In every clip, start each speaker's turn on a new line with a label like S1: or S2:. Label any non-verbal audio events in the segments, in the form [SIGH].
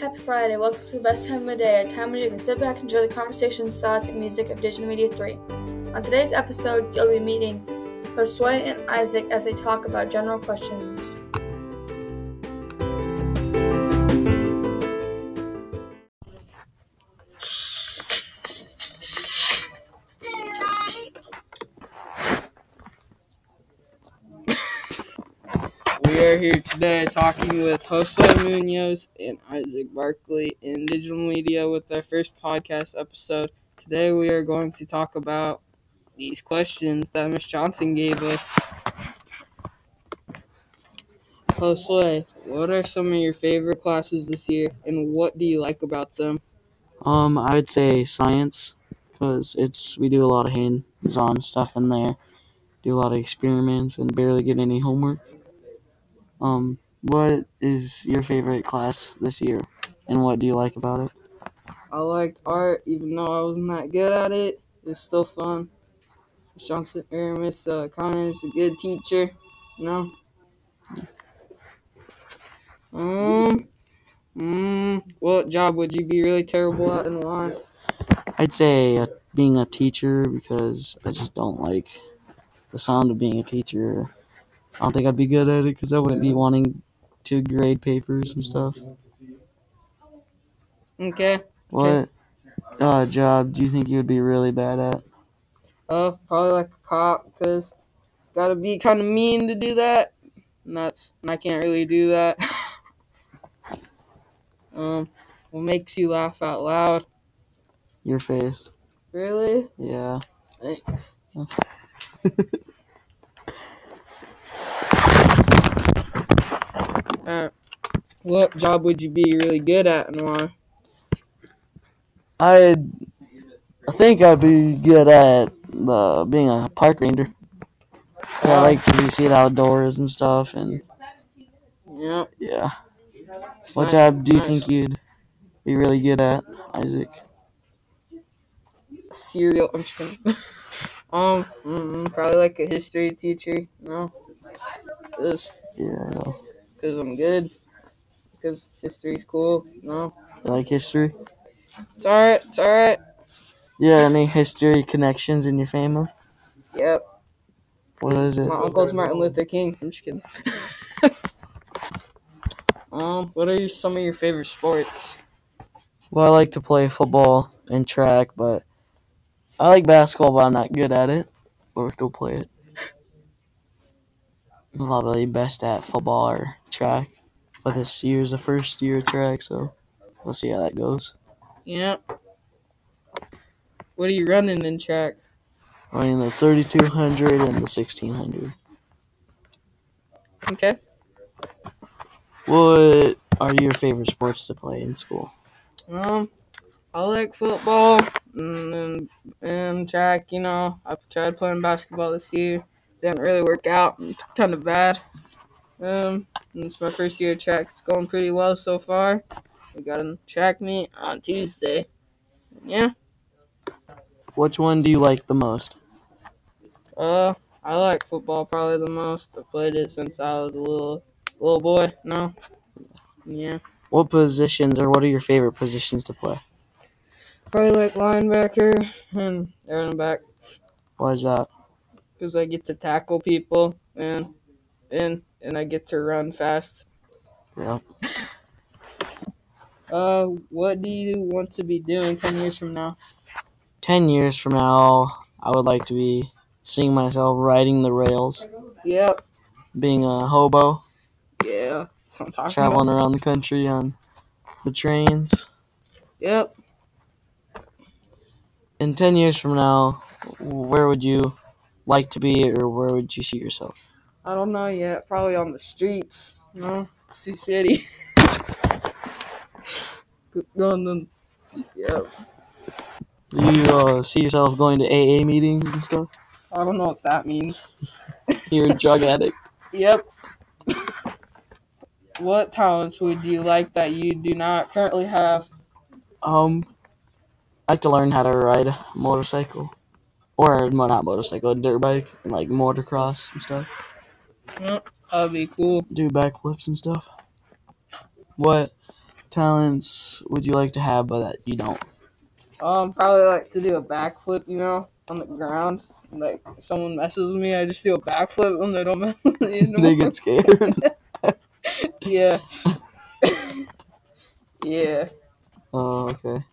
S1: Happy Friday. Welcome to the best time of the day, a time when you can sit back and enjoy the conversations, thoughts, and music of Digital Media 3. On today's episode, you'll be meeting Josue and Isaac as they talk about general questions.
S2: We are here today talking with Josue Munoz and Isaac Barkley in digital media with our first podcast episode. Today we are going to talk about these questions that Miss Johnson gave us. Josue, what are some of your favorite classes this year and what do you like about them?
S3: Um, I would say science, because it's we do a lot of hands-on stuff in there, do a lot of experiments, and barely get any homework. Um, what is your favorite class this year, and what do you like about it?
S2: I liked art even though I wasn't that good at it. It's still fun. Miss Johnson or Miss uh, Connor is a good teacher. You know. Um. Mm, what job would you be really terrible at and why?
S3: I'd say uh, being a teacher because I just don't like the sound of being a teacher. I don't think I'd be good at it because I wouldn't be wanting to grade papers and stuff.
S2: Okay.
S3: What uh, job do you think you would be really bad at?
S2: Uh, probably like a cop, cause gotta be kind of mean to do that. And that's and I can't really do that. [LAUGHS] um, what makes you laugh out loud?
S3: Your face.
S2: Really?
S3: Yeah.
S2: [LAUGHS] Thanks. Alright. Uh, What job would you be really good at and why?
S3: I I think I'd be good at uh, being a park ranger. 'Cause I like to be seen outdoors and stuff. And
S2: Yep.
S3: yeah, what job do you think you'd be really good at, Isaac?
S2: Serial. I'm just kidding. [LAUGHS] um, mm, probably like a history teacher. No. Because
S3: Yeah, I know.
S2: I'm good. Because history's cool. No.
S3: You like history?
S2: It's alright. It's alright.
S3: Yeah, any history connections in your family?
S2: Yep.
S3: What is it?
S2: My uncle's Martin Luther King. I'm just kidding. [LAUGHS] um, what are your, some of your favorite sports?
S3: Well, I like to play football and track, but I like basketball, but I'm not good at it. But we still play it. I'm probably best at football or track, but this year's the first year of track, so we'll see how that goes.
S2: Yep. What are you running in track?
S3: Running the 3200 and the 1600.
S2: Okay.
S3: What are your favorite sports to play in school?
S2: Um, I like football and, and track. You know, I tried playing basketball this year. Didn't really work out. Kind of bad. Um, and it's my first year of track. It's going pretty well so far. We got a track meet on Tuesday. Yeah.
S3: Which one do you like the most?
S2: Uh, I like football probably the most. I played it since I was a little little boy. No. Yeah.
S3: What positions or what are your favorite positions to play?
S2: Probably like linebacker and running back.
S3: Why is that?
S2: because I get to tackle people and and and I get to run fast.
S3: Yeah.
S2: Uh, what do you want to be doing ten years from now?
S3: 10 years from now, I would like to be seeing myself riding the rails,
S2: Yep.
S3: being a hobo,
S2: Yeah. That's what I'm talking
S3: traveling
S2: about.
S3: around the country on the trains.
S2: Yep.
S3: In 10 years from now, where would you like to be or where would you see yourself?
S2: I don't know yet. Probably on the streets. You know, Sioux City. [LAUGHS] Going them. Yep.
S3: Do you uh, see yourself going to AA meetings and stuff?
S2: I don't know what that means.
S3: You're a drug addict.
S2: Yep. [LAUGHS] what talents would you like that you do not currently have?
S3: Um, I like to learn how to ride a motorcycle. Or, mo- not motorcycle, a dirt bike and like motocross and stuff.
S2: Yep. That'd be cool.
S3: do backflips and stuff. What talents would you like to have, but that you don't? [LAUGHS]
S2: Um, probably like to do a backflip, you know, on the ground. Like someone messes with me, I just do a backflip when they don't [LAUGHS] mess with me. You know?
S3: They get scared. [LAUGHS]
S2: yeah. [LAUGHS] yeah.
S3: oh, okay.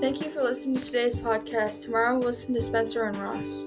S1: Thank you for listening to today's podcast. Tomorrow, we'll listen to Spencer and Ross.